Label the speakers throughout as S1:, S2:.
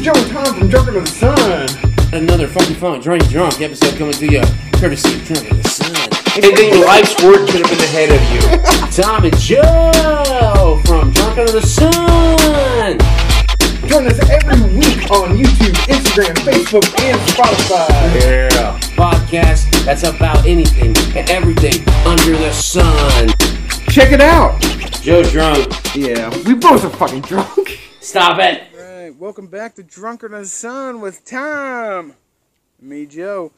S1: Joe Thompson, Joker of the Sun.
S2: Another Funky Funk Drunk Drunk episode coming to you courtesy of Drunk of the Sun. Anything life's work could have been ahead of you. Tom and Joe from Drunk Under the Sun.
S1: Join us every week on YouTube, Instagram, Facebook, and Spotify.
S2: Yeah. Podcast that's about anything and everything under the sun.
S1: Check it out.
S2: Joe Drunk.
S1: Yeah, we both are fucking drunk.
S2: Stop it.
S1: Right, welcome back to Drunkard and Son with Tom. Me, Joe.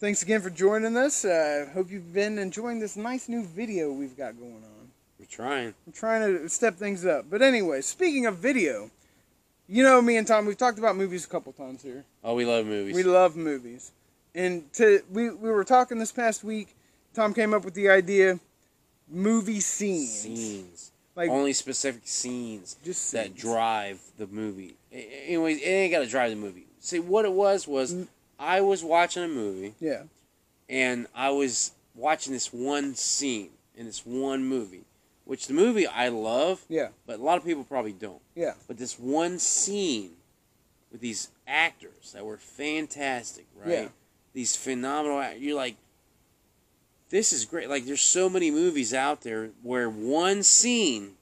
S1: Thanks again for joining us. I uh, hope you've been enjoying this nice new video we've got going on.
S2: We're trying.
S1: I'm trying to step things up. But anyway, speaking of video, you know me and Tom, we've talked about movies a couple times here.
S2: Oh, we love movies.
S1: We love movies. And to we, we were talking this past week, Tom came up with the idea movie scenes.
S2: scenes.
S1: Like
S2: Only specific scenes
S1: just scenes.
S2: that drive the movie. A- a- Anyways, it ain't got to drive the movie. See, what it was was
S1: Mm.
S2: I was watching a movie
S1: Yeah.
S2: and I was watching this one scene in this one movie, which the movie I love,
S1: Yeah.
S2: but a lot of people probably don't.
S1: Yeah.
S2: But this one scene with these actors that were fantastic, right?
S1: Yeah.
S2: These phenomenal act- You're like, this is great. Like, there's so many movies out there where one scene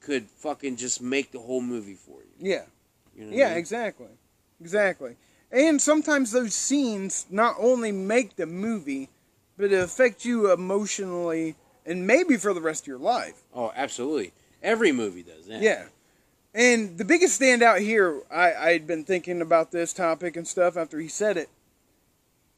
S2: could fucking just make the whole movie for you.
S1: Yeah.
S2: you know what I
S1: Yeah,
S2: mean?
S1: exactly. Exactly. And sometimes those scenes not only make the movie, but it affect you emotionally and maybe for the rest of your life.
S2: Oh, absolutely. Every movie does that.
S1: Yeah. And the biggest standout here, I, I had been thinking about this topic and stuff after he said it.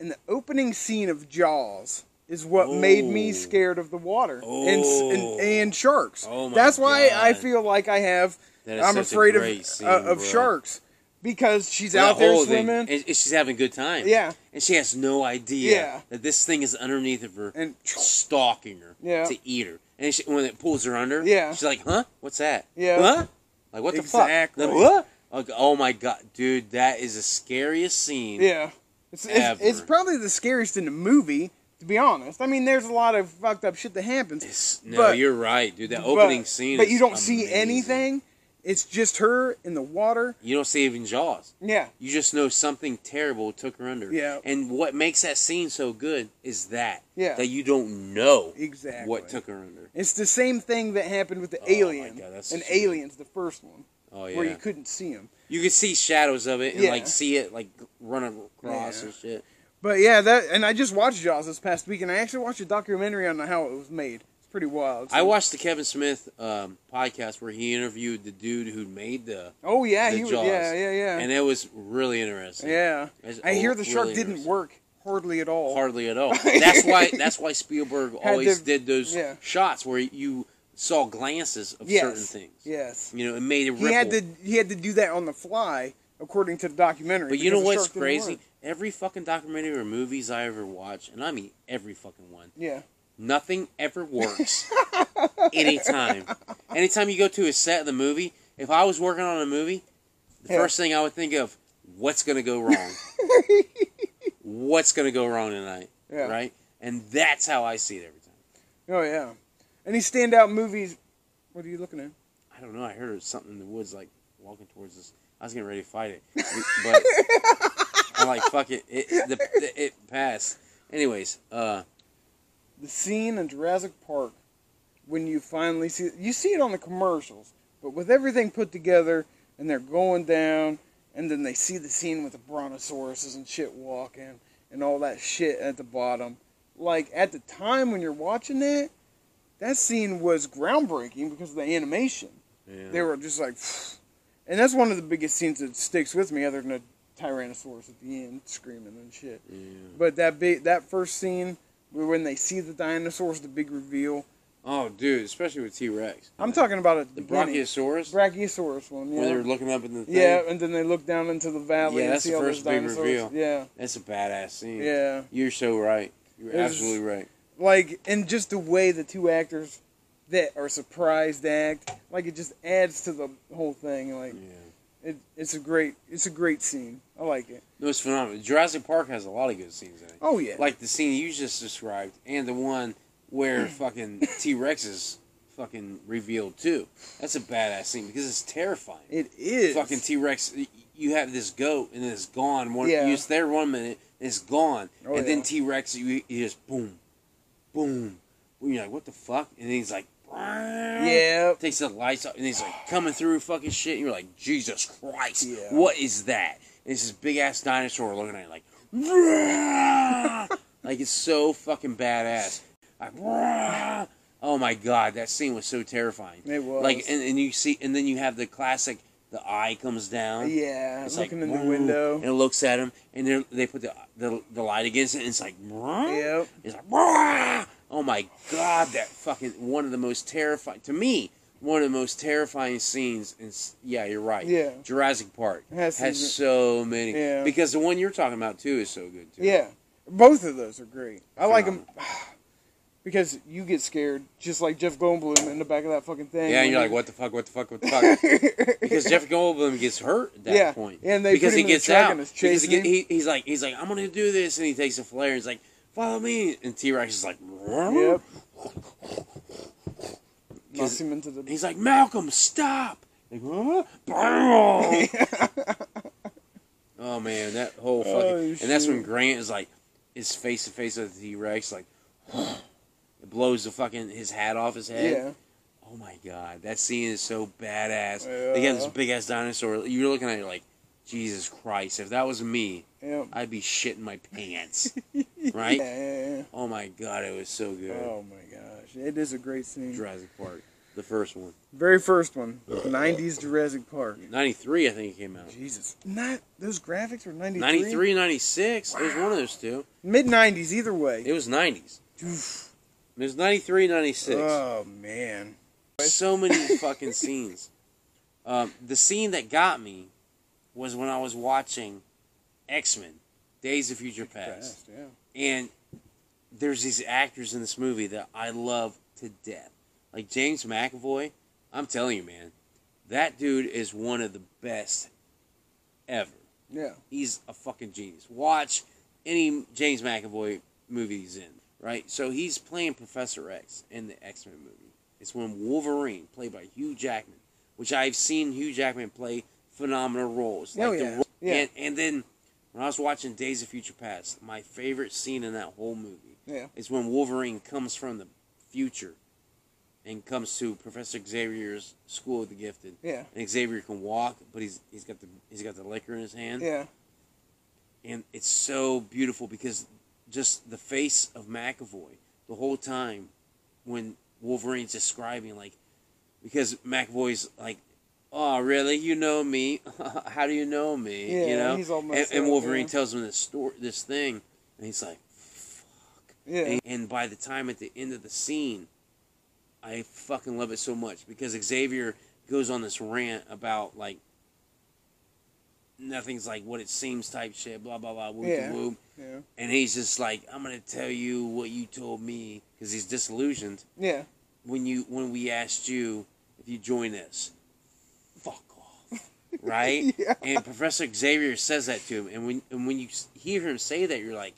S1: And the opening scene of Jaws is what made me
S2: Oh.
S1: scared of the water and, s-
S2: Oh.
S1: and and sharks.
S2: Oh my
S1: That's why I
S2: God.
S1: feel like I have
S2: That is
S1: I'm
S2: such a
S1: afraid
S2: great
S1: of
S2: scene,
S1: uh, of
S2: bro.
S1: sharks because she's
S2: That
S1: out there
S2: whole thing.
S1: swimming.
S2: And, and she's having a good time.
S1: Yeah.
S2: And she has no idea
S1: Yeah.
S2: that this thing is underneath of her
S1: And
S2: stalking her
S1: Yeah.
S2: to eat her. And she, when it pulls her under,
S1: Yeah.
S2: she's like, huh? What's that?
S1: Yeah.
S2: Huh? Like, what the
S1: Exactly.
S2: fuck? Like, what? Like, oh my god, dude, that is the scariest scene.
S1: yeah, it's it's, it's
S2: Ever.
S1: probably the scariest in the movie. To be honest, I mean, there's a lot of fucked up shit that happens.
S2: It's- no,
S1: But-
S2: you're right, dude. That opening
S1: but,
S2: scene.
S1: But
S2: is
S1: you don't see
S2: amazing.
S1: anything. It's just her in the water.
S2: You don't see even Jaws.
S1: Yeah.
S2: You just know something terrible took her under.
S1: Yeah.
S2: And what makes that scene so good is that.
S1: Yeah.
S2: That you don't know
S1: Exactly.
S2: what took her under.
S1: It's the same thing that happened with the
S2: Oh my
S1: alien.
S2: God, that's
S1: and
S2: just-
S1: aliens, the first one,
S2: Oh yeah.
S1: where you couldn't see him.
S2: You could see shadows of it and
S1: Yeah.
S2: like see it like run across
S1: Yeah.
S2: and shit.
S1: But yeah, that and I just watched Jaws this past week, and I actually watched a documentary on how it was made. It's pretty wild.
S2: I watched the Kevin Smith um, podcast where he interviewed the dude who made the,
S1: Oh yeah,
S2: the
S1: he was.
S2: Jaws.
S1: Yeah, yeah, yeah.
S2: and it was really interesting.
S1: yeah.
S2: It's
S1: I hear the
S2: really
S1: shark didn't
S2: interesting.
S1: work hardly at all.
S2: hardly at all. That's why that's why Spielberg
S1: Had
S2: always
S1: to-
S2: did those
S1: yeah.
S2: shots where you saw glances of
S1: Yes.
S2: certain things.
S1: Yes.
S2: You know, it made a ripple.
S1: He had to he had to do that on the fly, according to the documentary.
S2: But you know
S1: because the
S2: what's
S1: shark didn't work.
S2: crazy? Every fucking documentary or movies I ever watch, and I mean every fucking one,
S1: Yeah.
S2: Nothing ever works anytime. Anytime you go to a set of the movie, if I was working on a movie, the
S1: Yeah.
S2: first thing I would think of, what's going to go wrong? what's going to go wrong tonight?
S1: Yeah.
S2: Right? And that's how I see it every time.
S1: Oh yeah. Any standout movies? What are you looking at?
S2: I don't know. I heard something in the woods, like walking towards us. I was getting ready to fight it. But I'm like, fuck it. It, the, the, it passed. Anyways, uh,
S1: The scene in Jurassic Park when you finally see you see it on the commercials, but with everything put together and they're going down, and then they see the scene with the brontosauruses and shit walking and all that shit at the bottom. Like at the time when you're watching that, that scene was groundbreaking because of the animation.
S2: yeah.
S1: They were just like, and that's one of the biggest scenes that sticks with me, other than a Tyrannosaurus at the end screaming and shit.
S2: yeah.
S1: But that big, that first scene where when they see the dinosaurs, the big reveal.
S2: Oh, dude, especially with T Rex.
S1: I'm talking about at
S2: The
S1: the beginning.
S2: Brachiosaurus?
S1: Brachiosaurus one,
S2: Where they were
S1: yeah.
S2: looking up in the thing.
S1: Yeah, and then they look down into the valley
S2: Yeah,
S1: and
S2: that's
S1: see
S2: the
S1: all
S2: first
S1: those
S2: big
S1: dinosaurs.
S2: reveal.
S1: Yeah,
S2: That's a badass scene.
S1: yeah.
S2: You're so right. You're
S1: It was-
S2: absolutely right.
S1: Like, and just the way the two actors that are surprised act, like it just adds to the whole thing. Like,
S2: Yeah.
S1: it, it's a great, it's a great scene. I like it.
S2: No, it's phenomenal. Jurassic Park has a lot of good scenes in it.
S1: Oh yeah.
S2: Like the scene you just described and the one where fucking T Rexes fucking revealed too. That's a badass scene because it's terrifying.
S1: It is
S2: Fucking T Rex, you have this goat and it's gone. One,
S1: Yeah.
S2: you It's there one minute and it's gone,
S1: Oh,
S2: and then
S1: yeah.
S2: T Rex, you, you just boom, boom. And you're like, what the fuck? And then he's like,
S1: Yeah.
S2: Takes the lights off and he's like coming through fucking shit. And you're like, Jesus Christ,
S1: Yeah.
S2: what is that? And it's this big ass dinosaur looking at you like, "Rah!" like it's so fucking badass. Like, "Rah!" oh my god, that scene was so terrifying.
S1: It was.
S2: Like, and, and you see, and then you have the classic, the eye comes down.
S1: Yeah,
S2: It's
S1: looking
S2: like,
S1: in the
S2: "Woo,"
S1: window.
S2: And it looks at him, and they they put the, the the light against it, and it's like, "Rah!"
S1: Yep.
S2: It's like, "Rah!" oh my god, that fucking one of the most terrifying to me, one of the most terrifying scenes. And yeah, you're right.
S1: Yeah.
S2: Jurassic Park
S1: Has
S2: has,
S1: some-
S2: so many.
S1: Yeah.
S2: Because the one you're talking about too is so good too.
S1: Yeah, both of those are great. I like them because you get scared, just like Jeff Goldblum in the back of that fucking thing.
S2: Yeah, and you're like, what the fuck, what the fuck, what the fuck? because Jeff Goldblum gets hurt at that
S1: Yeah,
S2: point.
S1: and they
S2: because
S1: put him in the
S2: he gets
S1: truck
S2: out.
S1: and it's
S2: because he
S1: chasing
S2: get- he- he's like, he's like, I'm gonna do this, and he takes a flare. And he's like, follow me, and T Rex is like,
S1: Yep. Knocks
S2: Because-
S1: him into the.
S2: He's like, Malcolm, stop! Like, "Huh?" Brrrr. oh man, that whole fucking
S1: Oh,
S2: and that's when
S1: shoot.
S2: Grant is like, is face to face with the T Rex, like, it blows the fucking his hat off his head.
S1: Yeah,
S2: Oh my god, that scene is so badass. They got this
S1: Yeah.
S2: big ass dinosaur. You're looking at it like, Jesus Christ, if that was me,
S1: yeah.
S2: I'd be shitting my pants.
S1: Yeah,
S2: right?
S1: yeah,
S2: Oh my god, it was so
S1: yeah.
S2: good.
S1: Oh my gosh, it is a great scene.
S2: Jurassic Park, the first one.
S1: Very first one, '90s Jurassic Park.
S2: 93, I think it came out.
S1: Jesus, not those graphics were '93.
S2: 93, 96. It was one of those two.
S1: mid '90s, either way.
S2: It was 90s.
S1: Oof.
S2: It was 93, 96.
S1: Oh man.
S2: so many fucking scenes. Um, the scene that got me was when I was watching X Men, Days of Future Past.
S1: Fast, yeah.
S2: And there's these actors in this movie that I love to death. Like James McAvoy, I'm telling you, man, that dude is one of the best ever.
S1: Yeah.
S2: He's a fucking genius. Watch any James McAvoy movie he's in, right? So he's playing Professor X in the X Men movie. It's when Wolverine, played by Hugh Jackman, which I've seen Hugh Jackman play phenomenal roles.
S1: Oh,
S2: the
S1: yeah.
S2: ro-
S1: Yeah.
S2: And, and then when I was watching Days of Future Past, my favorite scene in that whole movie
S1: Yeah.
S2: is when Wolverine comes from the future and comes to Professor Xavier's School of the Gifted.
S1: Yeah.
S2: And Xavier can walk, but he's he's got the he's got the liquor in his hand
S1: Yeah.
S2: and it's so beautiful because just the face of McAvoy the whole time when Wolverine's describing like because McAvoy's like oh really you know me how do you know me you
S1: Yeah,
S2: know
S1: he's all
S2: and,
S1: messed
S2: and
S1: up,
S2: Wolverine
S1: yeah.
S2: tells him this story this thing and he's like fuck
S1: Yeah.
S2: and, and by the time at the end of the scene, I fucking love it so much because Xavier goes on this rant about like nothing's like what it seems type shit, blah blah blah, woo
S1: Yeah.
S2: woo,
S1: Yeah.
S2: and he's just like, I'm gonna tell you what you told me because he's disillusioned
S1: Yeah.
S2: when you when we asked you if you join us. Fuck off, right?
S1: Yeah.
S2: And Professor Xavier says that to him, and when and when you s- hear him say that, you're like,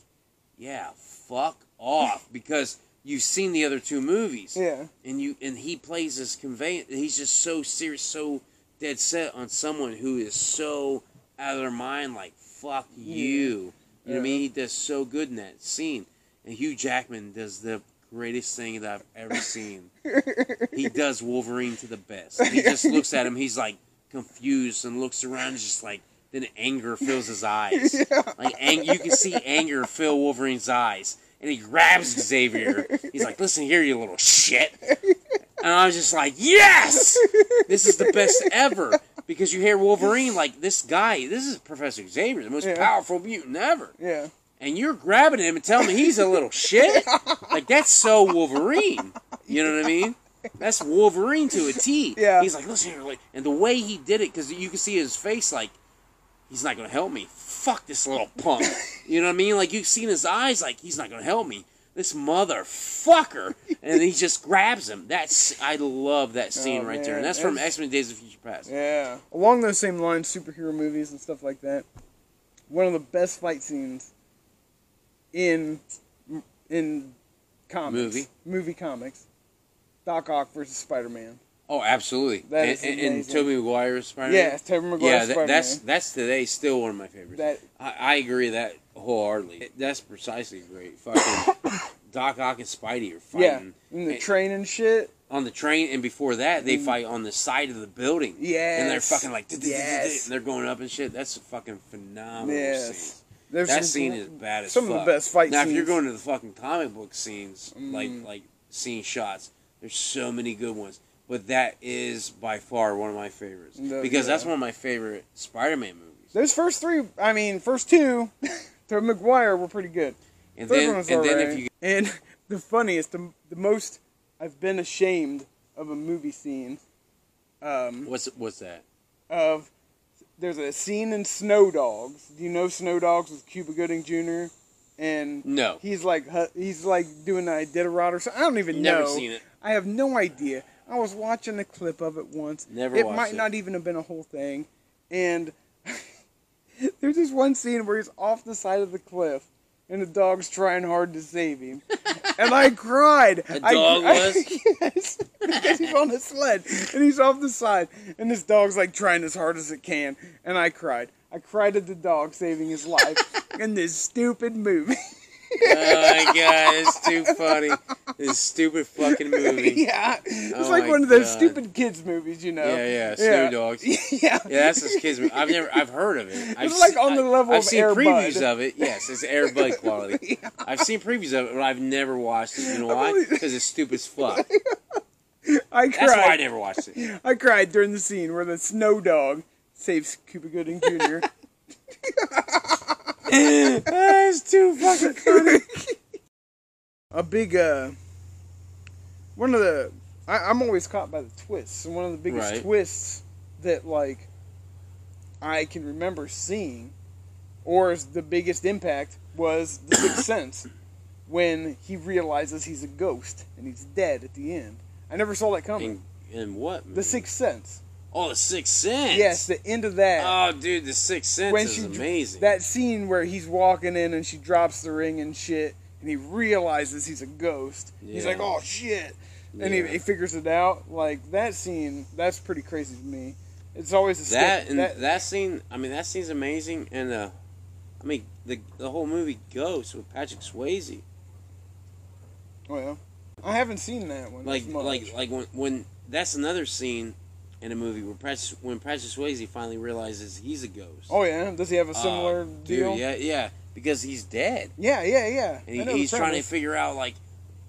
S2: yeah, fuck off, because you've seen the other two movies,
S1: Yeah.
S2: and you and he plays this convey. He's just so serious, so dead set on someone who is so out of their mind. Like fuck you, you know what I mean? He does so good in that scene, and Hugh Jackman does the greatest thing that I've ever seen. he does Wolverine to the best. He just looks at him. He's like confused and looks around, just like. Then anger fills his eyes. Like ang- you can see anger fill Wolverine's eyes, and he grabs Xavier. He's like, "Listen here, you little shit," and I was just like, "Yes, this is the best ever." Because you hear Wolverine like, "This guy, this is Professor Xavier, the most
S1: Yeah.
S2: powerful mutant ever,"
S1: Yeah.
S2: and you're grabbing him and telling him he's a little shit. Like that's so Wolverine. You know what I mean? That's Wolverine to a T.
S1: Yeah.
S2: He's like, "Listen here," like- and the way he did it, because you can see his face, like he's not gonna help me. Fuck this little punk. You know what I mean? Like you've seen his eyes, like he's not gonna help me. This motherfucker, and he just grabs him. That's I love that scene
S1: Oh,
S2: right there,
S1: man,
S2: and that's from
S1: that's-
S2: X Men: Days of Future Past.
S1: Yeah. Along those same lines, superhero movies and stuff like that. One of the best fight scenes in in comics.
S2: Movie.
S1: Movie comics Doc Ock versus Spider Man.
S2: Oh, absolutely.
S1: That
S2: and,
S1: is
S2: and, and
S1: amazing.
S2: Tobey Maguire's Spider-Man.
S1: Yeah, it's Tobey Maguire
S2: yeah,
S1: Spider
S2: that, that's
S1: Man.
S2: that's today still one of my favorites.
S1: That
S2: I, I agree that wholeheartedly. It- That's precisely great. Fucking Doc Ock and Spidey are fighting
S1: Yeah. in the
S2: Hey.
S1: train and shit.
S2: on the train, and before that, they
S1: Mm.
S2: fight on the side of the building.
S1: Yes.
S2: And they're fucking like, "Duh, duh, duh, duh, duh,"
S1: Yes.
S2: and they're going up and shit. That's a fucking phenomenal
S1: Yes.
S2: scene.
S1: There's some
S2: That scene
S1: cool-
S2: is bad as
S1: some
S2: fuck.
S1: of the best fight
S2: now,
S1: scenes.
S2: if you're going to the fucking comic book scenes, like
S1: Mm.
S2: like scene shots, there's so many good ones. But that is by far one of my favorites
S1: The-
S2: because that's
S1: yeah.
S2: one of my favorite Spider-Man movies.
S1: those first three, I mean, first two, Tobey Maguire were pretty good.
S2: And
S1: Third
S2: then,
S1: one was
S2: and then
S1: alright.
S2: if you
S1: And the funniest, the, the most I've been ashamed of a movie scene, um,
S2: what's what's that?
S1: of there's a scene in Snow Dogs. Do you know Snow Dogs with Cuba Gooding Jr. and
S2: No,
S1: he's like hu- he's like doing an Iditarod or something. I don't even
S2: never
S1: know.
S2: seen it.
S1: I have no idea. I was watching a clip of it once.
S2: Never
S1: It
S2: watched
S1: might
S2: it.
S1: not even have been a whole thing. And there's this one scene where he's off the side of the cliff and the dog's trying hard to save him. and I cried.
S2: The
S1: I-
S2: dog
S1: I-
S2: was?
S1: yes. Because he's on a sled and he's off the side. And this dog's like trying as hard as it can. And I cried. I cried at the dog saving his life in this stupid movie.
S2: oh my god, it's too funny. This stupid fucking movie.
S1: yeah. It's
S2: Oh
S1: like
S2: my
S1: one of those
S2: God.
S1: stupid kids movies, you know.
S2: Yeah, yeah, Snow Dogs. Yeah,
S1: yeah.
S2: that's this kid's movie. I've never, I've heard of it. I've
S1: It's like on the
S2: I-
S1: level
S2: I've
S1: of
S2: seen
S1: Air
S2: previews
S1: Bud.
S2: of it. Yes, it's Air Bud quality. I've seen previews of it, but I've never watched it. You know why?
S1: only-
S2: Because it's stupid as fuck.
S1: I
S2: That's why I
S1: cried.
S2: never watched it.
S1: I cried during the scene where the snow dog saves Cuba Gooding Jr.
S2: That's Ah, too fucking funny.
S1: a big uh one of the I, I'm always caught by the twists and one of the biggest
S2: Right.
S1: twists that like I can remember seeing or is the biggest impact was the sixth sense when he realizes he's a ghost and he's dead at the end. I never saw that coming.
S2: And, and what? Movie?
S1: the sixth sense.
S2: Oh, the Sixth Sense.
S1: Yes, the end of that.
S2: Oh, dude, the Sixth Sense
S1: when
S2: is
S1: she dr-
S2: amazing.
S1: that scene where he's walking in and she drops the ring and shit and he realizes he's a ghost he's
S2: Yeah.
S1: like oh shit and he,
S2: Yeah.
S1: he figures it out like that scene that's pretty crazy to me it's always a step-
S2: that and that,
S1: that-
S2: scene. I mean, that scene's amazing, and uh, I mean the the whole movie Ghost with Patrick Swayze.
S1: well oh, i haven't seen that one
S2: Like
S1: as much.
S2: like like when when that's another scene in a movie where Patrick, when Patrick Swayze finally realizes he's a ghost.
S1: oh yeah does he have a
S2: Uh,
S1: similar
S2: dude,
S1: deal
S2: yeah, yeah, because he's dead,
S1: yeah yeah yeah
S2: and he,
S1: I know the
S2: he's trying to
S1: premise.
S2: figure out like,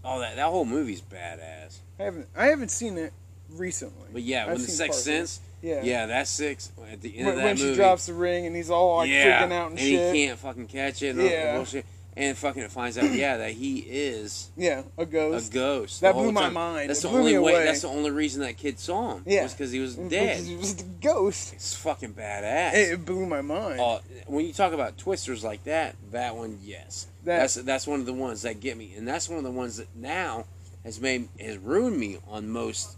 S2: oh that that whole movie's badass.
S1: I haven't i haven't seen it recently
S2: But yeah,
S1: I've
S2: when the
S1: seen
S2: Sixth
S1: part of it.
S2: Sense,
S1: yeah
S2: yeah. that's six at the end
S1: when,
S2: of that
S1: when
S2: movie.
S1: she drops the ring and he's all like
S2: yeah,
S1: freaking out and,
S2: he
S1: shit
S2: can't fucking catch it. And all that
S1: Yeah.
S2: bullshit. And fucking it finds out, yeah, that he is
S1: yeah a
S2: a
S1: ghost
S2: ghost.
S1: That
S2: the whole
S1: blew my
S2: time.
S1: mind.
S2: That's
S1: It
S2: the
S1: blew
S2: only
S1: me
S2: way.
S1: away.
S2: That's the only reason that kid saw him.
S1: Yeah.
S2: was because he was
S1: Because he
S2: dead.
S1: was the ghost.
S2: It's fucking badass.
S1: It it blew my mind.
S2: Uh, when you talk about twisters like that, that one, yes,
S1: That-
S2: that's that's one of the ones that get me, and that's one of the ones that now has made has ruined me on most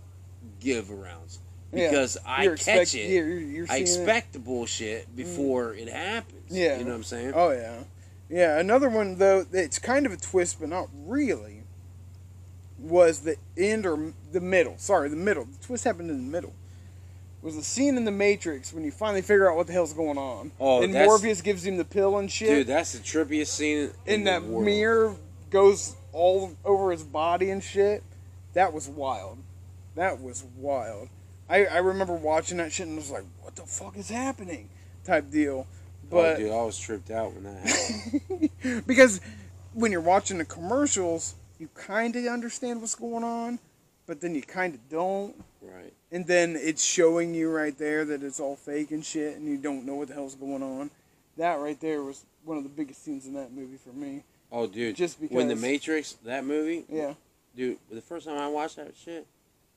S2: give arounds
S1: Yeah.
S2: because I
S1: You're
S2: catch
S1: expect-
S2: it.
S1: yeah, you're- you're seeing it. Mm.
S2: I expect the bullshit before it happens.
S1: Yeah.
S2: you know what I'm saying.
S1: Oh yeah, yeah. Another one though. It's kind of a twist, but not really. Was the end or m- the middle? Sorry, the middle. The twist happened in the middle. Was the scene in the Matrix when you finally figure out what the hell's going on?
S2: Oh,
S1: and
S2: that's-
S1: Morpheus gives him the pill and shit.
S2: Dude, that's the trippiest scene in,
S1: and
S2: the
S1: that
S2: world.
S1: mirror goes all over his body and shit. That was wild. That was wild. I, I remember watching that shit and was like, "What the fuck is happening?" type deal.
S2: oh,
S1: But
S2: dude, I was tripped out when that happened.
S1: because when you're watching the commercials, you kind of understand what's going on, but then you kind of don't.
S2: right.
S1: And then it's showing you right there that it's all fake and shit, and you don't know what the hell's going on. That right there was one of the biggest scenes in that movie for me.
S2: Oh, dude.
S1: Just
S2: when the
S1: because-
S2: Matrix, that movie,
S1: Yeah,
S2: dude, the first time I watched that shit,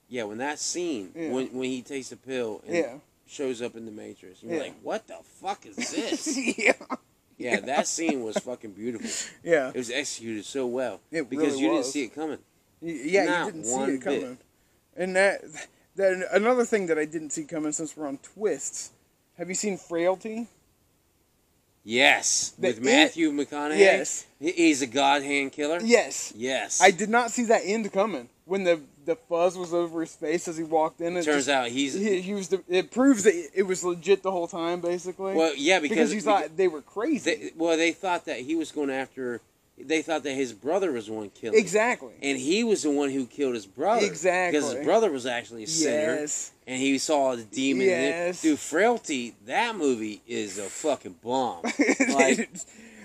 S2: yeah, when that scene,
S1: Yeah.
S2: when when he takes a pill and
S1: yeah,
S2: shows up in the Matrix, you're
S1: Yeah.
S2: like, what the fuck is this?
S1: yeah,
S2: yeah, that scene was fucking beautiful.
S1: yeah.
S2: It was executed so well
S1: It
S2: because
S1: really
S2: you
S1: was.
S2: didn't see it coming.
S1: Y- Yeah,
S2: Not
S1: you didn't
S2: one
S1: see it
S2: bit.
S1: coming. And that, that another thing that I didn't see coming since we're on twists. Have you seen Frailty?
S2: Yes,
S1: The-
S2: with Matthew McConaughey.
S1: Yes.
S2: He- he's a god hand killer.
S1: Yes.
S2: Yes,
S1: I did not see that end coming when the the fuzz was over his face as he walked in.
S2: It turns out he's
S1: he, he was the, it proves that it was legit the whole time, basically.
S2: well, yeah,
S1: because,
S2: because,
S1: you thought they were crazy.
S2: they, well they thought that he was going after. They thought that his brother was the one killing. him.
S1: exactly.
S2: And he was the one who killed his brother. Because
S1: Exactly.
S2: his brother was actually a sinner.
S1: Yes.
S2: And he saw the demon. in it.
S1: Yes.
S2: Dude, Frailty, that movie is a fucking bomb.
S1: like,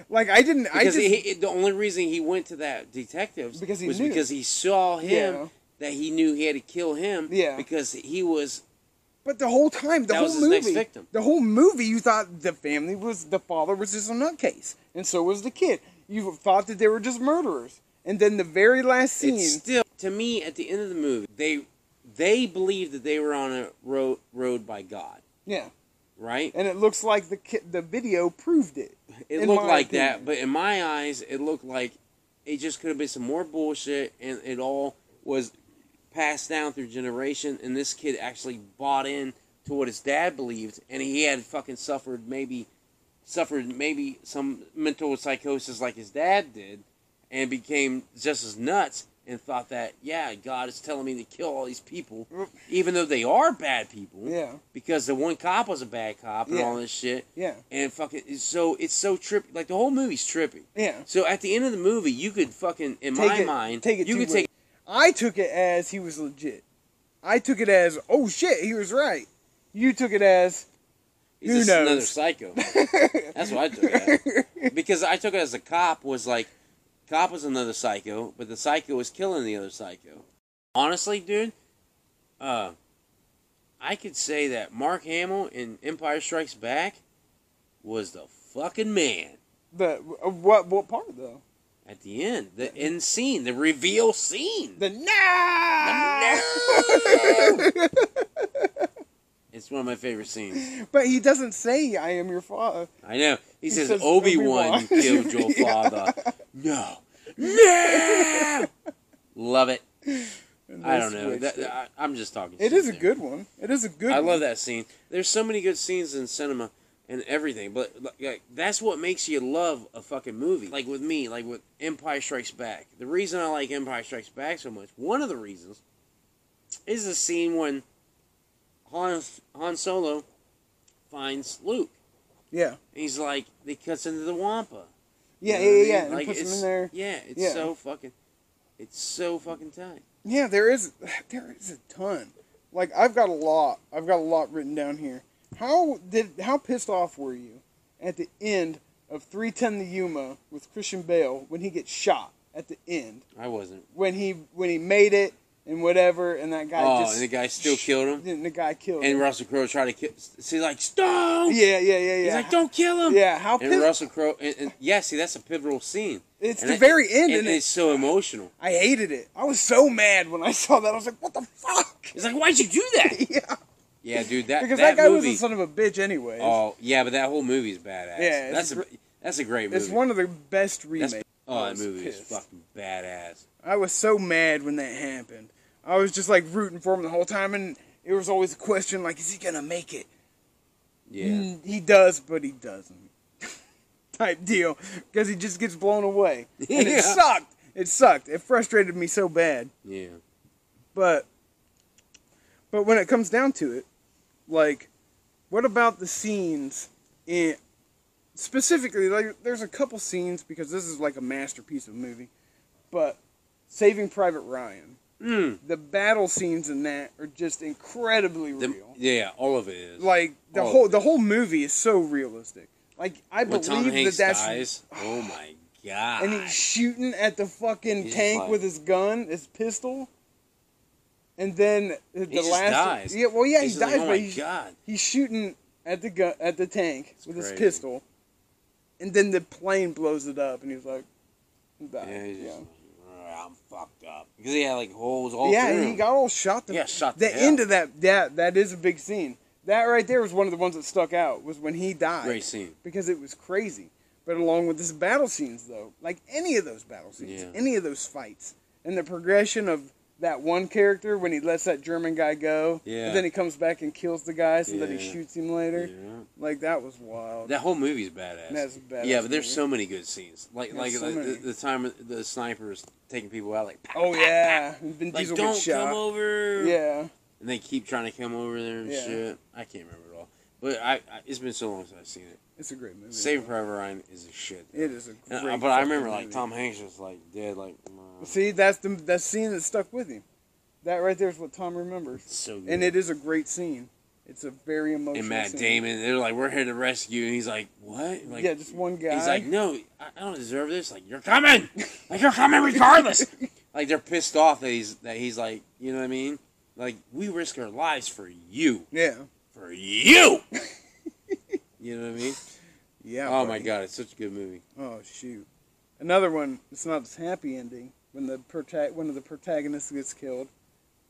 S2: Like-
S1: I didn't. I
S2: Because
S1: just
S2: he, he- the only reason he went to that detective
S1: Because he
S2: was
S1: knew.
S2: because he saw him
S1: Yeah.
S2: that he knew he had to kill him
S1: Yeah.
S2: because he was
S1: But the whole time, the
S2: That
S1: whole
S2: was his
S1: movie,
S2: next victim.
S1: the whole movie, you thought the family was the father was just a nutcase, and so was the kid. You thought that they were just murderers, and then the very last scene,
S2: it's still to me at the end of the movie they they believed that they were on a road road by God
S1: yeah,
S2: right
S1: and it looks like the ki- the video proved it.
S2: it
S1: in
S2: looked
S1: my
S2: like that
S1: opinion.
S2: but in my eyes it looked like it just could have been some more bullshit and it all was passed down through generation and this kid actually bought in to what his dad believed and he had fucking suffered maybe suffered maybe some mental psychosis like his dad did and became just as nuts and thought that yeah god is telling me to kill all these people even though they are bad people
S1: Mm. Yeah,
S2: because the one cop was a bad cop and
S1: Yeah.
S2: all this shit
S1: yeah,
S2: and fucking it's so it's so trippy. Like the whole movie's trippy.
S1: yeah.
S2: So at the end of the movie, you could fucking in my
S1: it,
S2: mind,
S1: take it.
S2: you
S1: two
S2: could
S1: ways.
S2: take
S1: I took it as he was legit. I took it as oh shit, he was right. You took it as
S2: he's
S1: Who
S2: just
S1: knows?
S2: another psycho. That's what I took it as. because I took it as a cop was like, cop was another psycho, but the psycho was killing the other psycho. Honestly, dude, uh, I could say that Mark Hamill in Empire Strikes Back was the fucking man
S1: the uh, what what part though?
S2: at the end, the end scene, the reveal scene.
S1: The no.
S2: it's one of my favorite scenes.
S1: But he doesn't say I am your father.
S2: I know. He, says,
S1: says,
S2: Obi Wan
S1: "Obi-Wan."
S2: killed your father. No. No. Love it. I don't know.
S1: switched
S2: That,
S1: it.
S2: I, I'm just talking.
S1: It
S2: shit
S1: is a
S2: there.
S1: good one. It is a good.
S2: I
S1: one.
S2: love that scene. There's so many good scenes in cinema and everything, but like, that's what makes you love a fucking movie. Like with me, like with Empire Strikes Back. The reason I like Empire Strikes Back so much, one of the reasons, is the scene when Han Han Solo finds Luke.
S1: Yeah.
S2: And he's like, they cuts into the Wampa. You
S1: Yeah,
S2: know
S1: yeah,
S2: what I
S1: yeah,
S2: mean?
S1: yeah. And
S2: Like,
S1: puts him
S2: it's-
S1: in there.
S2: Yeah, it's
S1: Yeah.
S2: so fucking, it's so fucking tight.
S1: Yeah, there is there is a ton. Like I've got a lot. I've got a lot written down here. How did how pissed off were you at the end of 310 the Yuma with Christian Bale when he gets shot at the end
S2: I wasn't.
S1: when he when he made it and whatever and that guy
S2: oh,
S1: just
S2: and the guy still killed him.
S1: and the guy killed
S2: And
S1: him.
S2: Russell Crowe tried to kill. She's like, "Stone."
S1: yeah, yeah, yeah, yeah.
S2: He's like, "Don't kill him."
S1: yeah, how
S2: And
S1: pissed
S2: Russell Crowe. And, and yeah, see, that's a pivotal scene.
S1: It's
S2: And
S1: the
S2: I-
S1: very end
S2: And,
S1: and
S2: it's so emotional.
S1: I hated it. I was so mad when I saw that. I was like, "What the fuck?"
S2: It's like, "Why'd you do that?"
S1: Yeah,
S2: yeah, dude. That
S1: because that,
S2: that,
S1: guy was
S2: movie.
S1: a son of a bitch, anyways.
S2: oh, yeah, but that whole movie is badass.
S1: Yeah, it's
S2: that's
S1: a
S2: a
S1: gr-
S2: that's a great movie.
S1: it's one of the best remakes.
S2: oh,
S1: I
S2: that
S1: was
S2: movie is
S1: pissed.
S2: fucking badass.
S1: I was so mad when that happened. I was just like rooting for him the whole time, and it was always a question like, "Is he gonna make it?"
S2: Yeah.
S1: Mm, he does, but he doesn't. Type deal, because he just gets blown away, and
S2: Yeah.
S1: it sucked. It sucked. It frustrated me so bad.
S2: Yeah.
S1: But but when it comes down to it, like what about the scenes in specifically like there's a couple scenes because this is like a masterpiece of a movie, but Saving Private Ryan.
S2: Mm.
S1: The battle scenes in that are just incredibly
S2: The-
S1: real.
S2: yeah, all of it is.
S1: Like the
S2: Oh.
S1: whole the whole movie is so realistic. Like I
S2: when Tom
S1: believe
S2: Hanks
S1: that that's
S2: dies, oh my god!
S1: and he's shooting at the fucking
S2: He's
S1: tank
S2: like-
S1: with his gun, his pistol. And then the the
S2: just
S1: last
S2: dies.
S1: yeah, well, yeah,
S2: He's
S1: he
S2: just
S1: dies,
S2: like, oh
S1: but
S2: my
S1: he's,
S2: god!
S1: he's shooting at the gun at the tank with his
S2: crazy.
S1: pistol. And then the plane blows it up, and he's like, he died.
S2: Yeah, he's just,
S1: yeah.
S2: "Ah, I'm fucked up because he had like holes all
S1: Yeah,
S2: through.
S1: and he
S2: him.
S1: got all shot. The,
S2: Yeah, shot
S1: the
S2: to hell.
S1: end of that. That that is a big scene. That right there was one of the ones that stuck out was when he died.
S2: great scene.
S1: because it was crazy. But along with this battle scenes, though, like any of those battle scenes,
S2: Yeah.
S1: any of those fights, and the progression of that one character when he lets that German guy go.
S2: Yeah.
S1: And then he comes back and kills the guy, so that he
S2: Yeah.
S1: shoots him later. Like that was wild.
S2: That whole movie's badass.
S1: That's a badass
S2: Yeah, but there's
S1: movie.
S2: so many good scenes. Like
S1: Yeah,
S2: like
S1: so
S2: the,
S1: many.
S2: the, the time the sniper is taking people out, like
S1: oh yeah, Vin
S2: like
S1: Diesel
S2: don't
S1: gets shot.
S2: come over.
S1: Yeah.
S2: and they keep trying to come over there and
S1: Yeah.
S2: shit. I can't remember it all, but I, I it's been so long since I've seen it.
S1: It's a great movie.
S2: Saving Private Ryan is a shit.
S1: It is a
S2: And-
S1: great.
S2: uh, but I
S1: fucking
S2: remember like
S1: movie.
S2: Tom Hanks was like dead, like "Nah,
S1: See, that's the that scene that stuck with him. That right there is what Tom remembers,
S2: it's so good.
S1: and it is a great scene. It's a very emotional.
S2: and Matt
S1: scene.
S2: Damon, they're like, "We're here to rescue," and he's like, "What?" Like,
S1: yeah, just one guy.
S2: He's like, no, I I don't deserve this. Like, you're coming. Like, you're coming regardless. like, they're pissed off that he's that he's like, you know what I mean? Like, we risk our lives for you,
S1: yeah,
S2: for you. you know what I mean?
S1: yeah.
S2: Oh
S1: buddy.
S2: my god, it's such a good movie.
S1: Oh shoot! Another one. It's not this happy ending when the prota- one of the protagonists gets killed.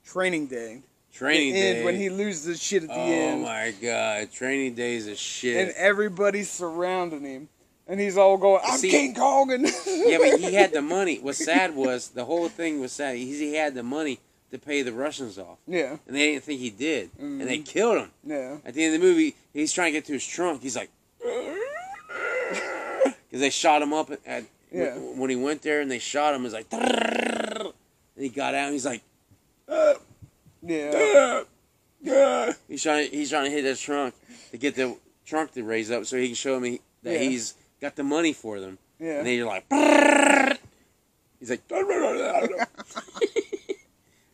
S1: Training Day.
S2: Training
S1: The end,
S2: Day.
S1: when he loses his shit at the
S2: oh
S1: end,
S2: my god, Training Day is a
S1: and
S2: shit.
S1: everybody's surrounding him, and he's all going, "I'm
S2: See-
S1: King Kong," and
S2: yeah, but he had the money. What's sad was the whole thing was sad. He, he had the money to pay the Russians off,
S1: yeah,
S2: and they didn't think he did, and they
S1: Mhm.
S2: killed him.
S1: yeah.
S2: At the end of the movie, he's trying to get to his trunk. He's like, because they shot him up at, at
S1: Yeah.
S2: when, when he went there, and they shot him. He's like, and he got out. And he's like,
S1: Yeah.
S2: he's trying, he's trying to hit his trunk to get the trunk to raise up so he can show me that
S1: Yeah.
S2: he's got the money for them.
S1: Yeah.
S2: And then you're like, he's like,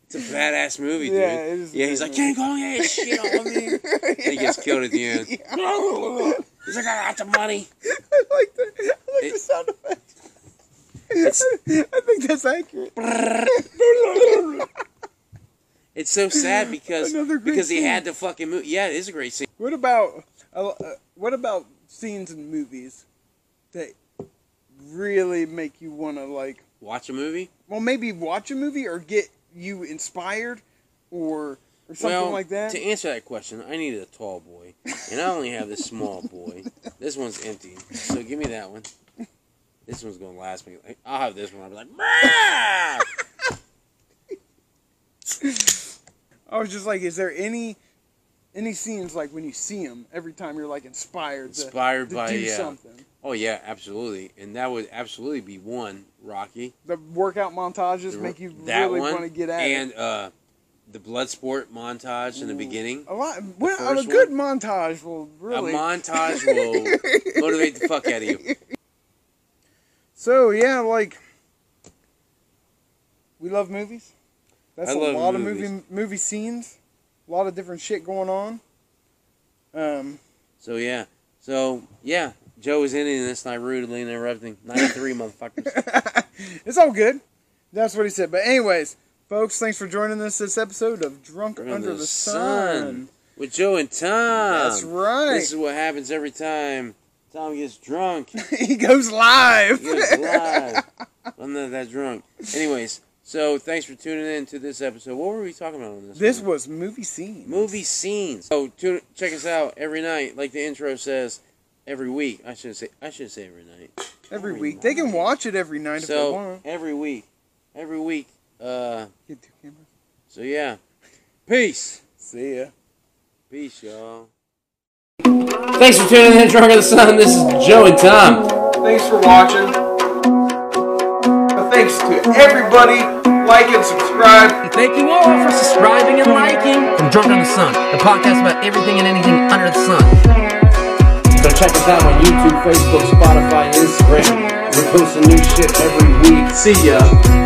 S2: it's a badass movie, dude.
S1: Yeah, it is a
S2: yeah, he's
S1: great
S2: like, King Kong, yeah, shit on me. And he gets killed at the end. He's like, I got the money.
S1: I like the, I like the
S2: It-
S1: sound effect. I think that's accurate.
S2: It's so sad because
S1: Another great
S2: because he
S1: scene.
S2: had to fucking move. Yeah, it is a great scene.
S1: What about uh, uh, what about scenes in movies that really make you want to like?
S2: Watch a movie.
S1: Well, maybe watch a movie or get you inspired, or or something
S2: well,
S1: like that.
S2: To answer that question, I needed a tall boy, and I only have this small boy. This one's empty, so give me that one. This one's gonna last me. Like, I'll have this one. I'll be like, "Bruh!"
S1: I was just like, is there any any scenes like when you see them every time you're like inspired, to-
S2: inspired
S1: to,
S2: by
S1: do
S2: yeah.
S1: something?
S2: Oh yeah, absolutely, and that would absolutely be one Rocky.
S1: The workout montages make you
S2: that
S1: really
S2: one,
S1: want to get at it.
S2: and uh, the blood sport montage in the
S1: Ooh.
S2: beginning.
S1: A lot. Well, a
S2: first
S1: good montage will really.
S2: A montage will motivate the fuck out of you.
S1: so yeah, like we love movies. That's
S2: I
S1: a
S2: love
S1: lot
S2: movies.
S1: of movie movie scenes, a lot of different shit going on. Um,
S2: So yeah, so yeah, Joe is ending this, and I rudely interrupting. Ninety-three motherfuckers.
S1: it's all good. That's what he said. But anyways, folks, thanks for joining us this episode of Drunk
S2: Under
S1: Under
S2: the
S1: the, sun.
S2: Sun. with Joe and Tom.
S1: That's right.
S2: This is what happens every time Tom gets drunk. He
S1: he goes live.
S2: goes live. I'm not that drunk. Anyways, so thanks for tuning in to this episode. What were we talking about on this?
S1: This
S2: one?
S1: was movie scene.
S2: movie scenes. So tune, check us out every night, like the intro says. Every week, I should say. I should say every night.
S1: every
S2: every
S1: week. They can
S2: night.
S1: watch it every night if they
S2: so
S1: want.
S2: every week, every week. Uh,
S1: Get two cameras.
S2: so yeah, peace,
S1: See ya.
S2: peace, y'all.
S3: Thanks for tuning in, Drunk of the Sun. This is Joe and Tom.
S1: Thanks for watching. Thanks to everybody. Like and subscribe.
S3: Thank you all for subscribing and liking. From Drunk on the Sun, the podcast about everything and anything under the sun. So check us out on YouTube, Facebook, Spotify, Instagram. We're posting new shit every week. See ya.